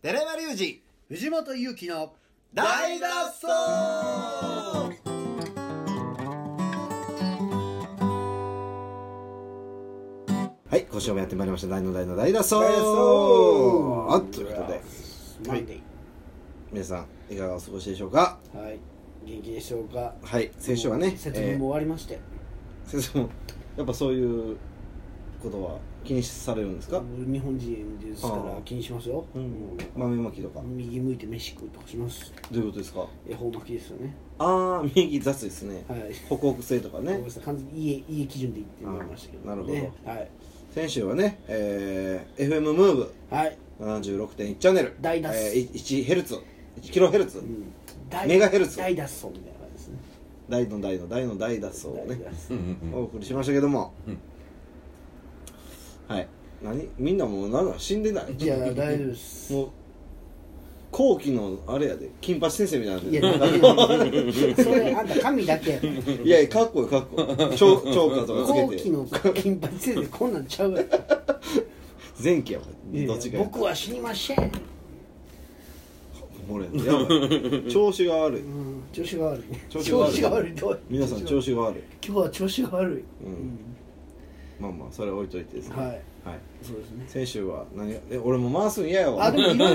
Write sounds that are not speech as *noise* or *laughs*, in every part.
寺山隆二藤本勇樹の大脱走はい、今週もやってまいりました。大の大の大脱走大脱走あということで、マンデー皆さん、いかがお過ごしでしょうかはい元気でしょうかはい、先週はね、節分も終わりまして、えー先週も、やっぱそういうことは気にされるんですか日本人ですかあらー気にしますよ、うん、豆まきとか。右向いて飯食うとかしますどういうことですか恵方巻きですよねああ、右雑ですね。はい北北西とかねごめん。なさい完全に家家基準で言ってもらいましたけど、あーなるほどねはい、先週はね、えー、FM ムーブはい76.1チャンネル大脱走えー、1ヘルツ1キロヘルツうん、大メガヘルツ大脱走みたいな感じですね大の大の大の大脱走をね大脱走うんうんお送りしましたけども、はい何みんなもう何なの死んでないいや大丈夫ですもう後期のあれやで金八先生みたいなんいでやなん *laughs* か大丈夫ですそれあんた神だけやからいやいやかっこいいかっこ *laughs* いい超超歌とか後つけ期ての金八先生こんなん *laughs* ちゃうや前期やもんんどっちかや僕は死にません、俺やばい調子が悪 *laughs* いうん、調子が悪い調子が悪いどう皆さん調子子が悪い今日は調子が悪い、うんまあまあそれは置いといてですねはいはいそうですね先週は何がえ俺も回すん嫌やわ *laughs* あでもいろい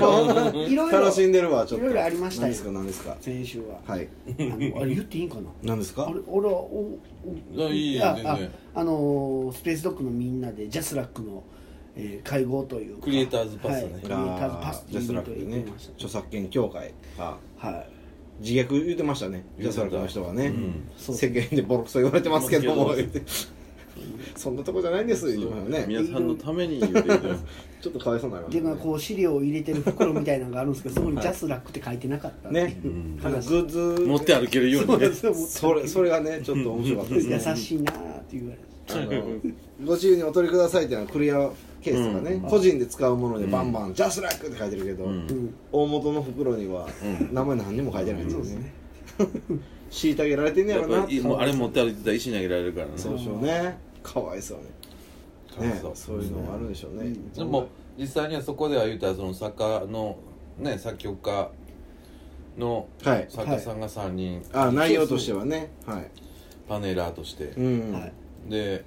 *laughs* ろ *laughs* いろいろ楽しんでるわちょっといろいろありました何よですか何ですか先週は、はいあのあれ言っていいんかな何ですかあれ俺はおいやおいいよや全あ然あのースペースドッグのみんなでジャスラックの、えー会合というかクリエイターズパはスねい、あクリエイターズパスージャスラックとで言っねてました著作権協会がはい自虐言ってましたねジャスラックの人はねんそう世間でボロクソ言われてますけども言ってそんなとこじゃないんです今のね皆さんのために言うてるじゃんちょっとかわいそうになりましでたまあねこう資料を入れてる袋みたいなのがあるんですけどそこにジャスラックって書いてなかったっていうねうんなんか話グッズ持って歩 *laughs* けるようにねそれそれがねちょっと面白かったですね優しいなーって言われてあのご自由にお取りくださいっていうのはクリアケースとかね、個人で使うものでバンバン「ジャスラック」って書いてるけど、ん大元の袋には名前何にも書いてないんですよね虐げられてんねややろなっぱりもうあれ持って歩いてたら石投げられるからねそうでしょうねかわいそうねねかわいそうそういうのもあるでしょうね、でも実際にはそこでは言うたらその作家のね作曲家のはい作家さんが3人あ内容としてはねはいパネラーとしてうん、はいで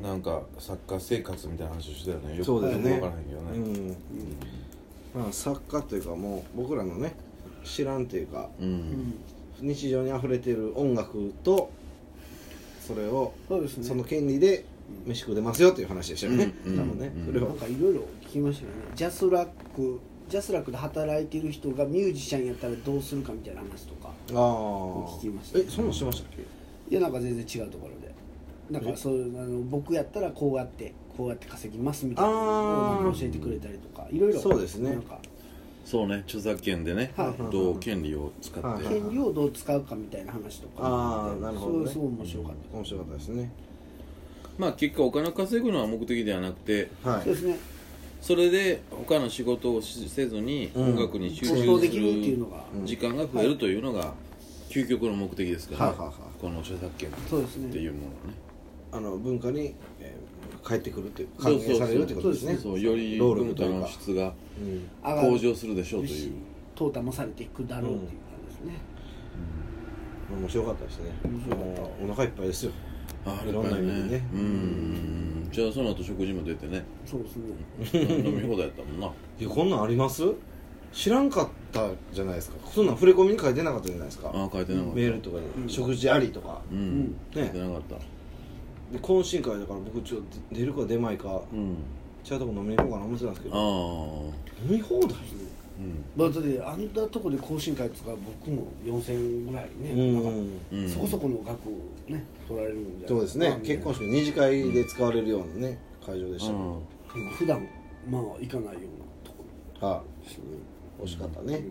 なんか作家生活みたいな話をしてたよねよくそうだよね分からへんけどうねんまあ、作家というかもう僕らのね知らんというかうん日常に溢れてる音楽とそれをそうですねその権利で飯食うてますよっていう話でしたよね、うん多分ね、うんそれなはんかいろいろ聞きましたよねジャスラックジャスラックで働いてる人がミュージシャンやったらどうするかみたいな話とかああ聞きましたえそんなんしてましたっけいやなんか全然違うところでなんかそういうあの僕やったらこうやってこうやって稼ぎますみたいなあーのを教えてくれたりとかいろいろそうですねなんかそうね著作権でねはいどう権利を使はっいて権利をどう使うかみたいな話とかああなるほど、ね、そうすごい面白かった面白かったですねまあ結果お金稼ぐのは目的ではなくてはそうですねそれで他の仕事をしせずにうん音楽に集没頭中すできるっていうのるが時間が増えるというのが究極の目的ですかはらいはいはいこの著作権っそうですてねいうものをねあの文化に、えー帰ってくるっていう還元されるってことですねそうより労文力と化いうのか、質がうん、上がる向上するでしょうという淘汰もされていくだろうっていう感じですね、面白かったですね面白かったもうお腹いっぱいですよあいろんな意味でねやっぱりうんじゃあその後食事も出て *laughs* ねそうですね飲み放題やったもんないやこんなんあります知らんかったじゃないですかそんなん触れ込みに書いてなかったじゃないですかああ書いてなかったメールとかで、食事ありとかううんん書いねてなかったで懇親会だから僕ちょっと出るか出まいかうん違うとこ飲みに行こうかな思ってたんですけあどあ飲み放題うんまあ、だってあんなとこで懇親会とか僕も4000ぐらいね、うんうんそこそこの額をね取られるんじゃないそうですまあねみたい結婚な式二次会で使われるようなね会場でしたけうんど普段まあ行かないようなとこはいろですね惜しかったね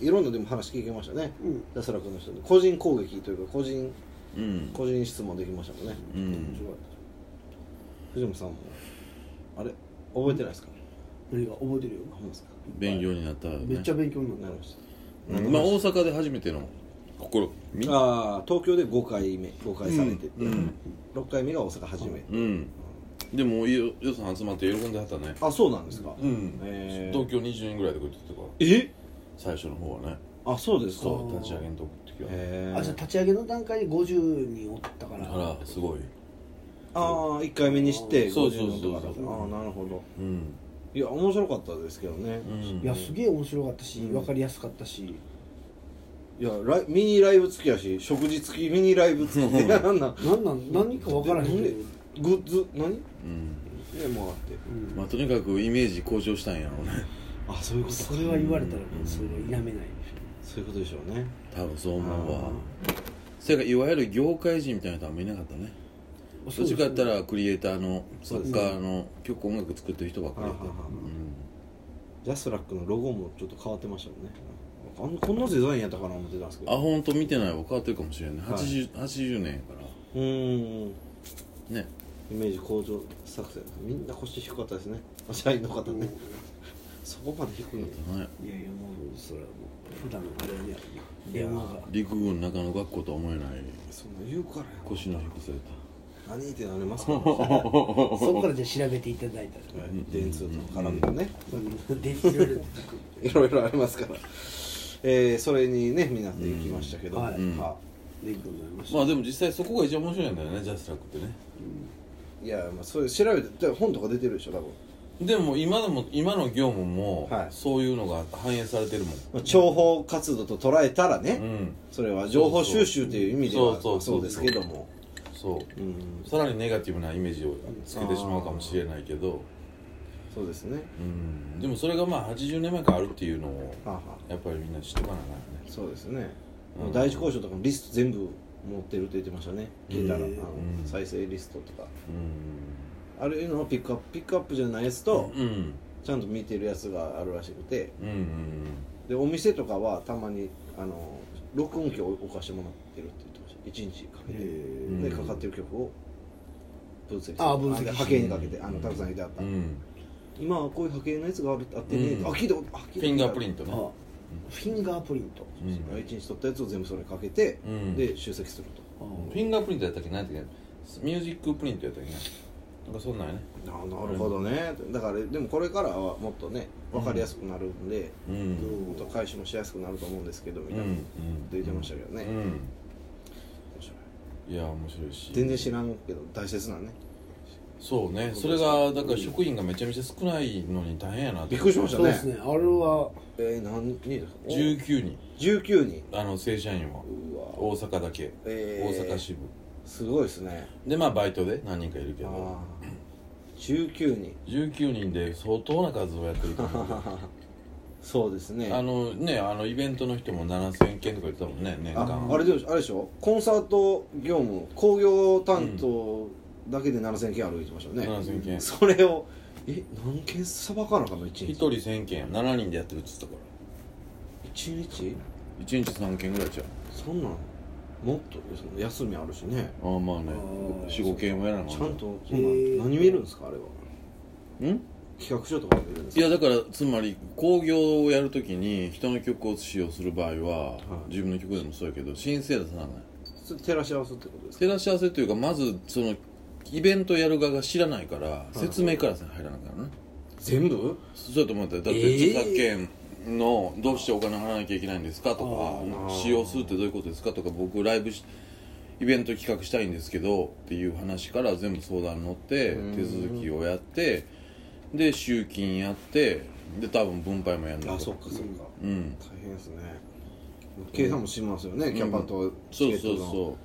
いろんなでも話聞けましたねうん安ら君の人で個人攻撃というか個人うん個人質問できましたもんねうん面白かっ藤本さんもあれ覚えてないですかた何が覚えてるよあほんまですか勉強になったよねめっちゃ勉強にななっりたましたまあ大阪で初めての心みああ東京で5回目5回されてて、うん6回目が大阪初め、うんでもいい予算集まって喜んではったねあそうなんですか、うん、えー東京20人ぐらいでこうやってたからえ最初の方はねあそうですかそう立ち上げんとこってきはえーあじゃあ立ち上げの段階で50人おったからあらすごいああ1回目にしてそうそうそうそう50とかだああなるほどうん、いや面白かったですけどね、うん、いやすげえ面白かったし、うん分かりやすかったしいやライミニライブ付きやし食事付きミニライブ付きいやなんなん何なん何か分からへんけどねグッズ何うんねもうあってうんまあとにかくイメージ向上したんやろうね *laughs* あそういうことかそれは言われたらもうそれは否めないそういうことでしょうね多分そう思うわそれからいわゆる業界人みたいな人はあんまいなかったねどっちかやったらクリエイターのそ作うです家の曲音楽作ってる人ばっかりやったはいはいはいうんジャスラックのロゴもちょっと変わってましたもんねあんこんなデザインやったかな思ってたんですけあど本当見てないわ変わってるかもしれない、はい 80, 80年やかうーんらねイメージ向上作戦みんな腰低かったですね社員の方うんねそこまで低いんやねいやいやもうそれはもう普段のあれにいや電ー話が陸軍中の学校とは思えないそんな言うからや腰の低さやっ何ってなりますから、そこからじゃあ調べていただいたら電通と絡んでね電池料理っていろいろありますから、えー、それにね皆さん行きましたけど、うんはいうんはでございましたまあでも実際そこが一番面白いんだよねジャスラックってねい、いやまあそれ調べてじゃあ本とか出てるでしょ多分、でも今でも今の業務もはいそういうのが反映されてるもん、まあ、情報活動と捉えたらね、うんそれは情報収集という意味ではそうそそううですけどもそううんさらにネガティブなイメージをつけてしまうかもしれないけどそうですねうんでもそれがまあ80年前からあるっていうのをはあ、はあ、やっぱりみんな知っとかなあかんよねそうですね、うん第一交渉とかもリスト全部持ってると言ってましたね聞いたら、へえあのうん再生リストとかうあるいうのをピックアップピックアップじゃないやつと、んうんちゃんと見てるやつがあるらしくてうんうんでお店とかはたまにあの録音機を置かしてもらってるって言ってました一日かけて、えーでかかってる曲を分析するあ分析して波形にかけてあのうんたくさん入れてあった、うん今はこういう波形のやつがあるあってね、うんあ聞いたことあ聞いたことあフるィンガープリントーね *laughs* あフィンガープリントうん一日撮ったやつを全部それにかけて、うんで集積するとあフィンガープリントやったっけ何やったっけミュージックプリントやったっけななんかそんなんやねななるほどね、だからでもこれからはもっとね分かりやすくなるんで、うんうんもっと回収もしやすくなると思うんですけどみたいな、出てましたけどねうん面白いいや面白いし全然知らんけど大切なねそうねそれがだから職員がめちゃめちゃ少ないのに大変やなびっくりしましそたうでねすねあれはえー、何人ですか19人19人あの正社員はうわ大阪だけえ大ー阪支部すごいですねでまあバイトで何人かいるけあどー19人19人で相当な数をやっ *laughs* てると思うそうですねあのねあのイベントの人も7000件とか言ってたもんね年間ああれでしょあれでしょコンサート業務工業担当だけで7000件歩いてましたよね、 7000件それをえ何件さばかなあかの1 1日人1000件7人でやってるっつったから1日1日3件ぐらいちゃうそんなんもっとその休みあるしねああまあねあー45件はやらなあちかゃなんとそへんーな何見るんですかあれはん企画書とか見るんですいかやだからつまり興行をやるときに人の曲を使用する場合は、はい自分の曲でもそうやけど申請出さないそれ照らし合わせってことですか照らし合わせというかまずそのイベントやる側が知らないから説明から入らないからね、全部そうやと思ったよだってえー著作権のどうしてお金払わなきゃいけないんですかとあーか使用するってどういうことですかとか僕ライブしイベント企画したいんですけどっていう話から全部相談に乗ってうん手続きをやってで集金やってで多分分配もやるんだあそっかそっかうん大変ですね計算もしますよね、キャパとチそうケッそうトのそ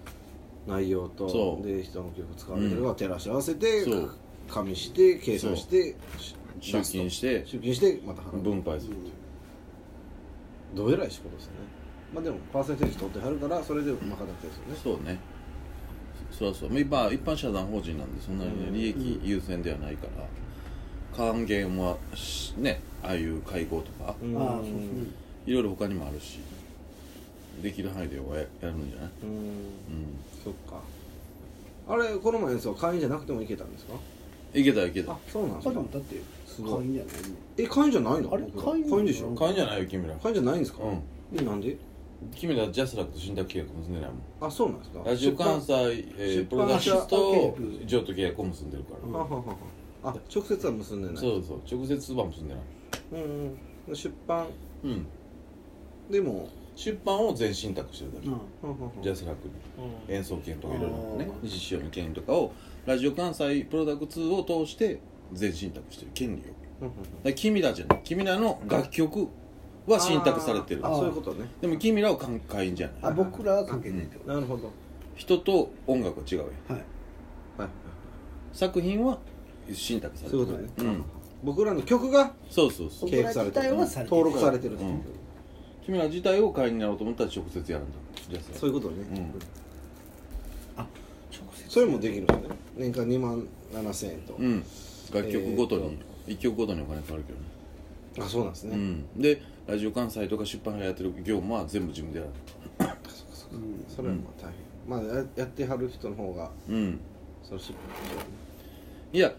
内容とそうで人の曲使われてるから照らし合わせて、そう加味して計算してしう集金して出すと集金してまた払う分配するどうえらい仕事ですよねまあでもパーセンテージ取ってはるからそれで賄ってるんですよねそうねそうそうまあ今一般社団法人なんでそんなにねうん利益優先ではないから還元はしねああいう会合とかうんああそうですねいろいろ他にもあるしできる範囲ではややるんじゃないうんうんそっかあれこの前のやつは会員じゃなくてもいけたんですかいけたいけたあそうなんですあでかもだってす会ごい員じゃないえ会員じゃないのあれ僕ら会員会員でしょうん買うんじゃないよ君ら会員じゃないんですか、うんえなんで君らジャスラックと信託契約結んでないもんあそうなんですかラジオ関西、えー、プロダクションと出版社譲渡契約を結んでるから、ははははあ直接は結んでないそうそう直接は結んでないうんうん出版うんでも出版を全信託してるだけ、うんはははジャスラックに演奏権とかいろいろねあー西塩の権利とかをラジオ関西プロダクツを通して全信託してる権利をだかうんうんら君らじゃない君らの楽曲は信託されてるあーそういうことねでも君らは関会員じゃなあい僕らは関係ないってことなるほど人と音楽は違うやんはいはい作品は信託されてそういるうことねうん、僕らの曲がそうそうそう契約されてる僕ら自体はされてる登録されてるっていううん君ら自体を会員になろうと思ったら直接やるんだじゃあそういうことねうん直接それもできるんですね年間2万7000円とうん楽曲ごとに、一曲ごとにお金かかるけどねあそうなんですうねん、でラジオ関西とか出版社やってる業務は全部自分でやるうんそれはまあ大変まあややってはる人の方がうんその出版いや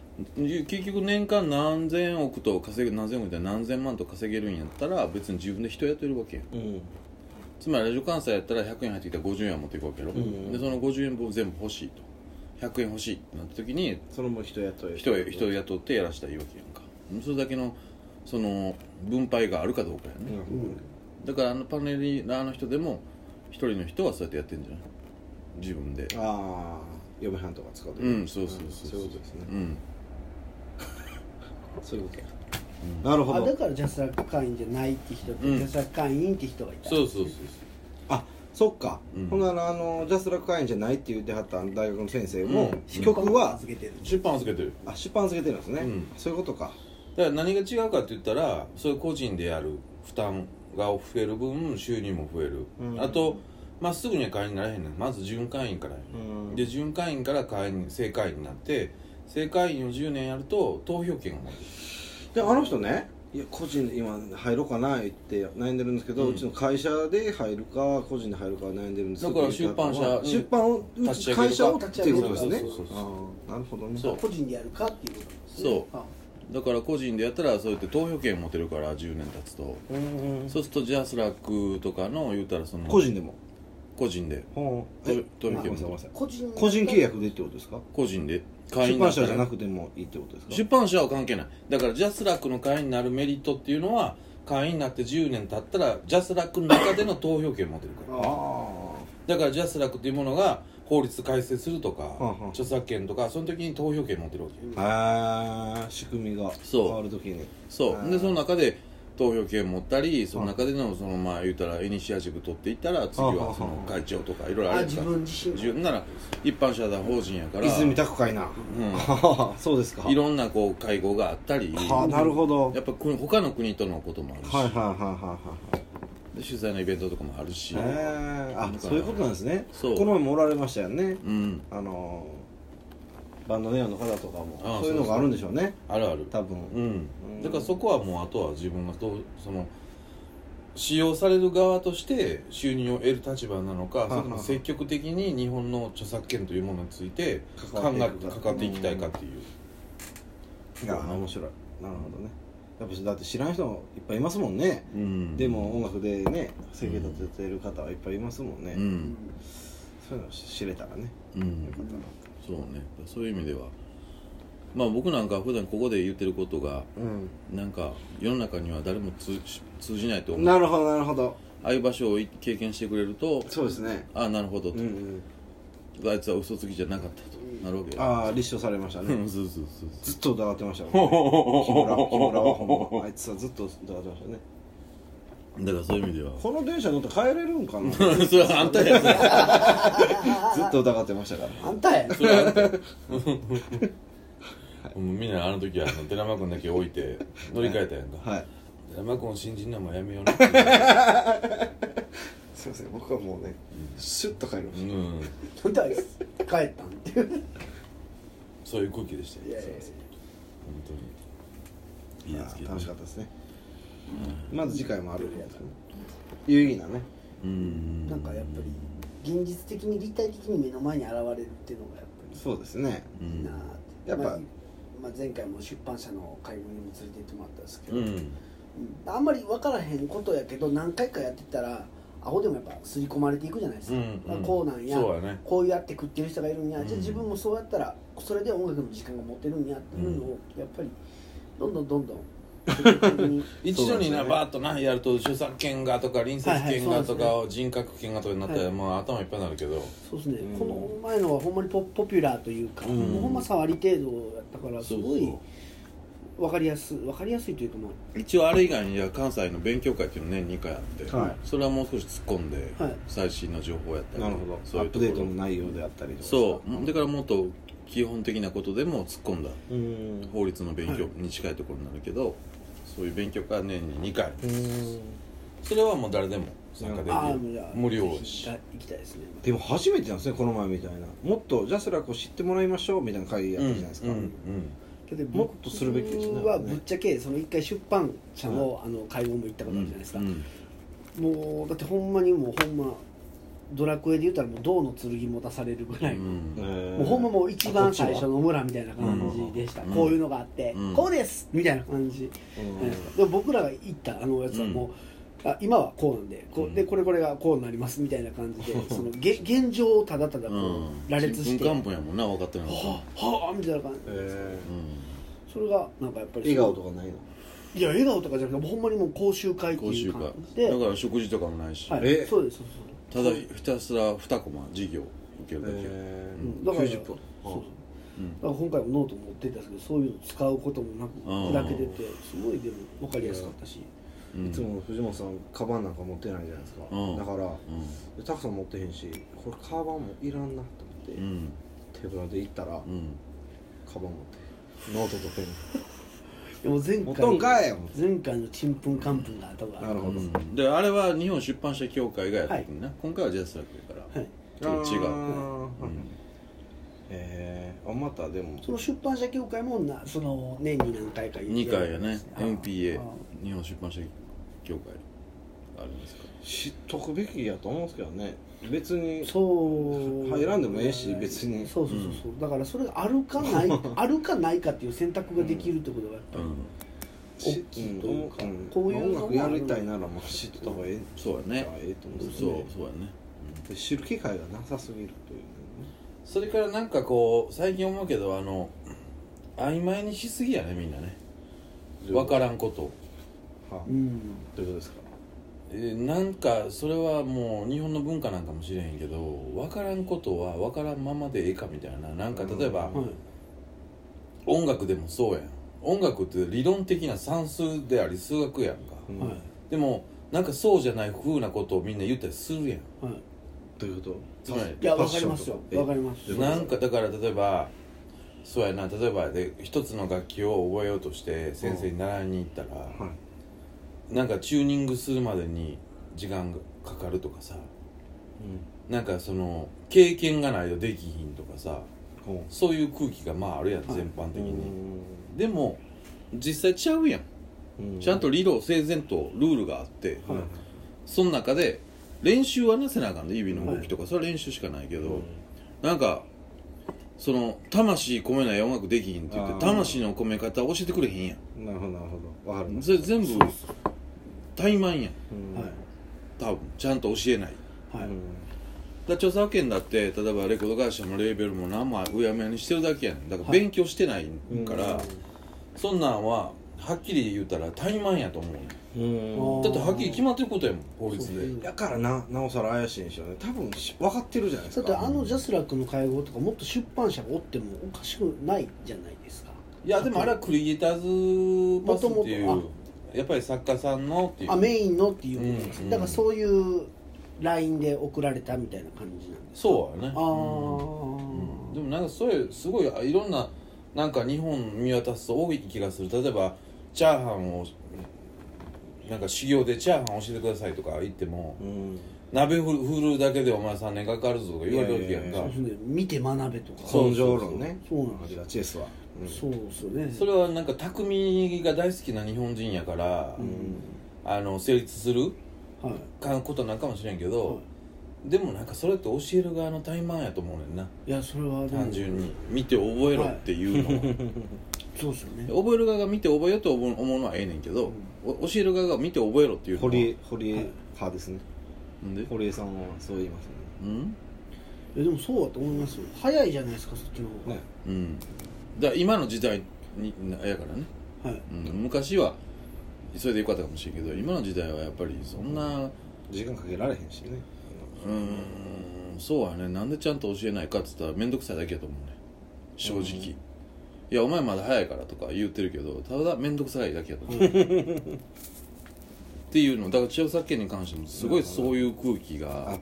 結局年間何千億と稼ぐ何千億じゃない何千万と稼げるんやったら別に自分で人雇えるわけやんうんつまりラジオ関西やったら100円入ってきたら50円は持っていくわけやろ、んでその50円分を全部欲しいと100円欲しいってなった時にそのも人雇える人を人を雇ってやらしたらいいわけやんかそれだけのその分配があるかどうかやね、うんだからあのパネリラーの人でも一人の人はそうやってやってんじゃない自分でああ嫁はんとか使うとうんそうそうそうそういうことですねうんそういうことなるほあだどからジャスラック会員じゃないって人と、うんジャスラック会員って人がいたそうそうそうあそっかうんほんならあのジャスラック会員じゃないって言ってはったあの大学の先生もうん出版曲は預けてる出版預けてるあ出版預けてるんですねうんそういうことかだから何が違うかって言ったらそういう個人でやる負担が増える分収入も増える、うんあとまっすぐには会員にならへんねんまず準会員からやねうんで準会員から会員正会員になって正会員を10年やると投票権が持てでるあの人ねいや個人で今入ろうかな言って悩んでるんですけど、ううんちの会社で入るか個人で入るか悩んでるんですけどだから出版社に出版をう立ちち上げるか会社をっていうことですねそうそうそうあーなるほどねそう個人でやるかっていうことなんですねそうあだから個人でやったらそうやって投票権持てるから10年経つとうんうんそうするとジャスラックとかの言うたらその個人でも個人でほうとえ投票ごめん権なさいごめんな持てさるい個人個人契約でってことですか個人で会出員だ版った社らじゃなくてもいいってことですか出版社は関係ないだからジャスラックの会員になるメリットっていうのは会員になって10年経ったらジャスラックの中での投票権持ってるかあらあだからジャスラックっていうものが法律改正するとかんうん著作権とかその時に投票権持ってるわけうんあー仕組みがそう変わるときにそあーうでその中で投票権持ったりその中でのそのまあ言うたらイニシアチブ取っていったら次あはははその会長とかいろいろあある自か分自身自分なら一般社団法人やから泉拓かいな、 *laughs* そうですかうんいろんなこう会合があったりはあなるほどやっぱ国他の国とのこともあるし、はいはいはいはいはいで主催のイベントとかもあるし、へえあだからそういうことなんですねそうこの前もおられましたよねうんあのーバンドネオの方とかあもあそういうのがあるんでしょうねあるある多分うんうんだからそこはもうあとは自分がどうその使用される側として収入を得る立場なのかはそあれとも積極的に日本の著作権というものについて関考わっていくえかかかっていきたいかっていういや面白いなるほどねやっぱだって知らん人もいっぱいいますもんねうんでも音楽でね生計立ててる方はいっぱいいますもんねううんんそういうの知れたらねうんそうねそういう意味ではまあ僕なんか普段ここで言ってることがうなんか世の中には誰も通通じないと思んうあなるほどなるほどあいう場所を経験してくれるとそうですねああなるほどうとん、うんあいつは嘘つきじゃなかったとなるわけだああ立証されましたうねんそうそうそうずっと疑ってましたよほねほほ木村木ほ村はほんまほあいつはずっと疑ってましたねだからそういう意味ではこの電車乗って帰れるんかなず *laughs* それはあんた *laughs* やそれっと疑ってましたからあんたやそれはあんたやもうみんなあの時はあの寺間君だけ置いて乗り換えたやんかはい寺間君を信じんのもやめようねすいません僕はもうねシュッと帰りまうしんあんたや帰ったんっていうそういう空気でしたいやよいやいや本当にいいたですけど楽しかったですねまず次回もある有意義なねうんなんかやっぱり現実的に立体的に目の前に現れるっていうのがやっぱりそうですねういいなあっんてやっぱまあまあ、前回も出版社の会合にも連れて行ってもらったんですけど、うんあんまり分からへんことやけど何回かやってたらアホでもやっぱ刷り込まれていくじゃないですか,、うんうんこうなんやそうやねこうやって食ってる人がいるんや、じゃうんあ自分もそうやったらそれで音楽の時間が持てるんやっていうのをやっぱりどんどんどんどん積極的 *laughs* に一度にそうですな、ねバーッとなやると著作権がとか隣接権がとはいか人格権がとかになったら、はいまあ、頭いっぱいになるけどそうですね、うんこの前のはほんまにポポピュラーというか、うんもうほんま触り程度やったからすごそういそ分かりやすい分かりやすいというかまう一応あれ以外には関西の勉強会っていうのね2回あって、はいそれはもう少し突っ込んで、はい最新の情報やったりなるほどそうアいうップとこデろートの内容であったりとかそうだからもっと基本的なことでも突っ込んだううん法律の勉強に近いところになるけど、そういう勉強会は年に2回うんそれはもう誰でも参加でああきもうじるゃあ無料ぜだひし行きたいですねでも初めてなんですねこの前みたいなもっとジャスラックを知ってもらいましょうみたいな会やったじゃないですか、うんうんけどもっとするべきですね僕はぶっちゃけその一回出版社の,、あの会合も行ったこうとあんるじゃないですか、うんもうだってほんまにもうほんまドラクエで言ったらもう銅の剣持たされるぐらい、うんもうほんまもう一番最初の村みたいな感じでした、うんこういうのがあって、うんこうですみたいな感じ、うんでも僕らが行ったあのやつはもう、あ今はこうなんでこううんでこれこれがこうなりますみたいな感じで *laughs* そのげ現状をただただこう羅列して、新聞は官本やもんな分かってるのは、あはあみたいな感じえうそれがなんかやっぱーり笑顔とかないのいや笑顔とかじゃなくてほんまにもう講習会っん、て講い習う会感じでだから食事とかもないし、はい、えそうですそうですただひたすら2コマ授業受けるだけ、えうーんだから90分そうそううんだから今回もノート持ってたんですけどそういうの使うこともなくうん砕けててすごいでも分かりやすかったしうんいつも藤本さんカバンなんか持ってないじゃないですか、うんだからうでタクさん持ってへんしこれカバンもいらんなと思って、んうん手ぶらで行ったら、うんカバン持ってノートとペンでも前持っとんか回いよ前回のちんぷんかんぷんがあったかなるほど、うんであれは日本出版社協会がやってるな、今回はジャスラックやから、はいちょっとあー違うはいうんえー、あまたでもその出版社協会もなその年に何回か二2回やね NPA あ日本出版社協会あるんですか知っとくべきやと思うんですけどね別にそう入らんでもええし別にそうそうそうそう、だからそれがあるかないあるかないかっていう選択ができるってことがやっぱり、うん大きいというかんこういうのも音楽やりたいならもう知ってた方がええそうやねええと思うんですそようねそうやねで知る機会がなさすぎるというねそれからなんかこう最近思うけどあの曖昧にしすぎやねみんなね分からんことはういんどういうことですかえーなんかそれはもう日本の文化なんかもしれへんけど分からんことは分からんままでええかみたいななんか例えば、うんはい音楽でもそうやん音楽って理論的な算数であり数学やんか、うんはいでもなんかそうじゃない風なことをみんな言ったりするやんはいどういうことつまりいやわかりますよファッションとわかりますなんかだから例えばそうやな例えばで一つの楽器を覚えようとして先生に習いに行ったら、はいなんかチューニングするまでに時間がかかるとかさなんかその経験がないとできひんとかさうんほそういう空気がまああるやん、はい全般う的にでも実際ちゃうやん、うんちゃんと理論整然とルールがあって、はいその中で練習はなせなあかんで指の動きとか、それは練習しかないけど、なんかその魂込めない音楽できひんって言っあーて魂の込め方教えてくれへんやうんなるほどなるほどわかるんなそれ全部怠慢やんうんはい多分ちゃんと教えないはういんだから著作権だって例えばレコード会社もレーベルも何もうやむやにしてるだけやねんだからはい勉強してないから、うそんなんははっきり言うたら怠慢やと思うねんんあーだってはっきり決まってることやもん法律そうでだからななおさら怪しいんでしょうね多分し分かってるじゃないですだってかあのジャスラックの会合とかもっと出版社がおってもおかしくないじゃないですかいやでもあれはクリエイターズパスっていもうともやっぱり作家さんのっていうあメインのっていうことです、うんうんだからそういう LINE で送られたみたいな感じなんですそうやねああ、うんでもなんかそういうすごいあいろんななんか日本見渡すと多い気がする例えばチャーハンをなんか修行でチャーハン教えてくださいとか言ってもうん鍋振る振るだけでお前3年かかるぞとか言われるわけやんいやいやいかやそうですね見て学べとかそう根性論ねそうなんあですりよがちですわうんそうですよねそれはなんか匠が大好きな日本人やから、うんあの成立するはいかことなんかもしれんけはど、でもなんかそれって教える側の怠慢やと思うねんないやそれはでも単純に見て覚えろっていうのは、そうですよね *laughs* 覚える側が見て覚えようと思う思うのはええねんけど、お教える側が見て覚えろっていうのは堀江堀江派ですねなんで堀江さんはそう言いますねうんいやでもそうだと思いますよ早いじゃないですかそっちの方が、ねうんだから今の時代になやからね、はいうん、昔はそれでよかったかもしれんけど今の時代はやっぱりそんな時間かけられへんしねうーんそうやねなんでちゃんと教えないかっつったら面倒くさいだけやと思うね正直、いやお前まだ早いからとか言ってるけどただ面倒くさいだけやと思うっていうのだから千代作権に関してもすごいそういう空気あがあっ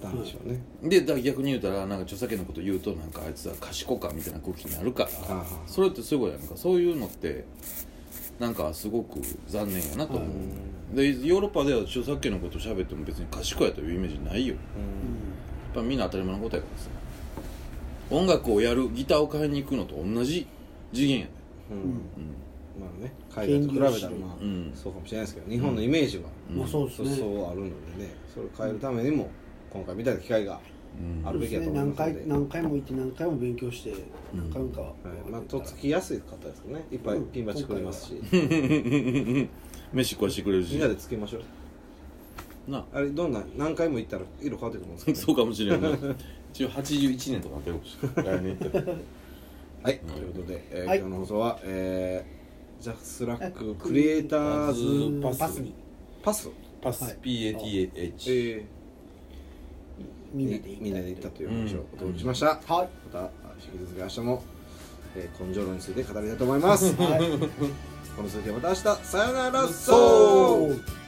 たんでしょうね、でだから逆に言うたらなんか著作権のこと言うとなんかあいつは賢かみたいな空気になるからああそれってすごいやんかそういうのってなんかすごく残念やなと思う、でヨーロッパでは著作権のこと喋っても別に賢いというイメージないよやっぱみんな当たり前のことやからさ音楽をやるギターを買いに行くのと同じ次元やでうんまあねん海外と比べたらまあ、うんそうかもしれないですけど日本のイメージは、まあそうですそうねそうあるのでねそれを変えるためにも今回みたいな機会がうんあそうるでべすきだと思ねいま何すので回何回も行って何回も勉強してうん何回もかは、はいまあ、とっつきやすい方ですよねいっぱいピンバッチくれますし、飯食わしてくれるみしんなでつけましょうなああれどんな何回も行ったら色変わってくるもんですそうかもしれんな一応81年とかあったよ来年行ったらはいということで、えーはい今日の放送は、えージャスラッククリエイターうズうんパスパスにパス、パス、はい PATH みんなで行ったみんなで行ったという話をお届けしました、はいまた引き続き明日も、えー根性論につい *laughs* て語りたいと思います、はいこの続きはまた明日さよならそう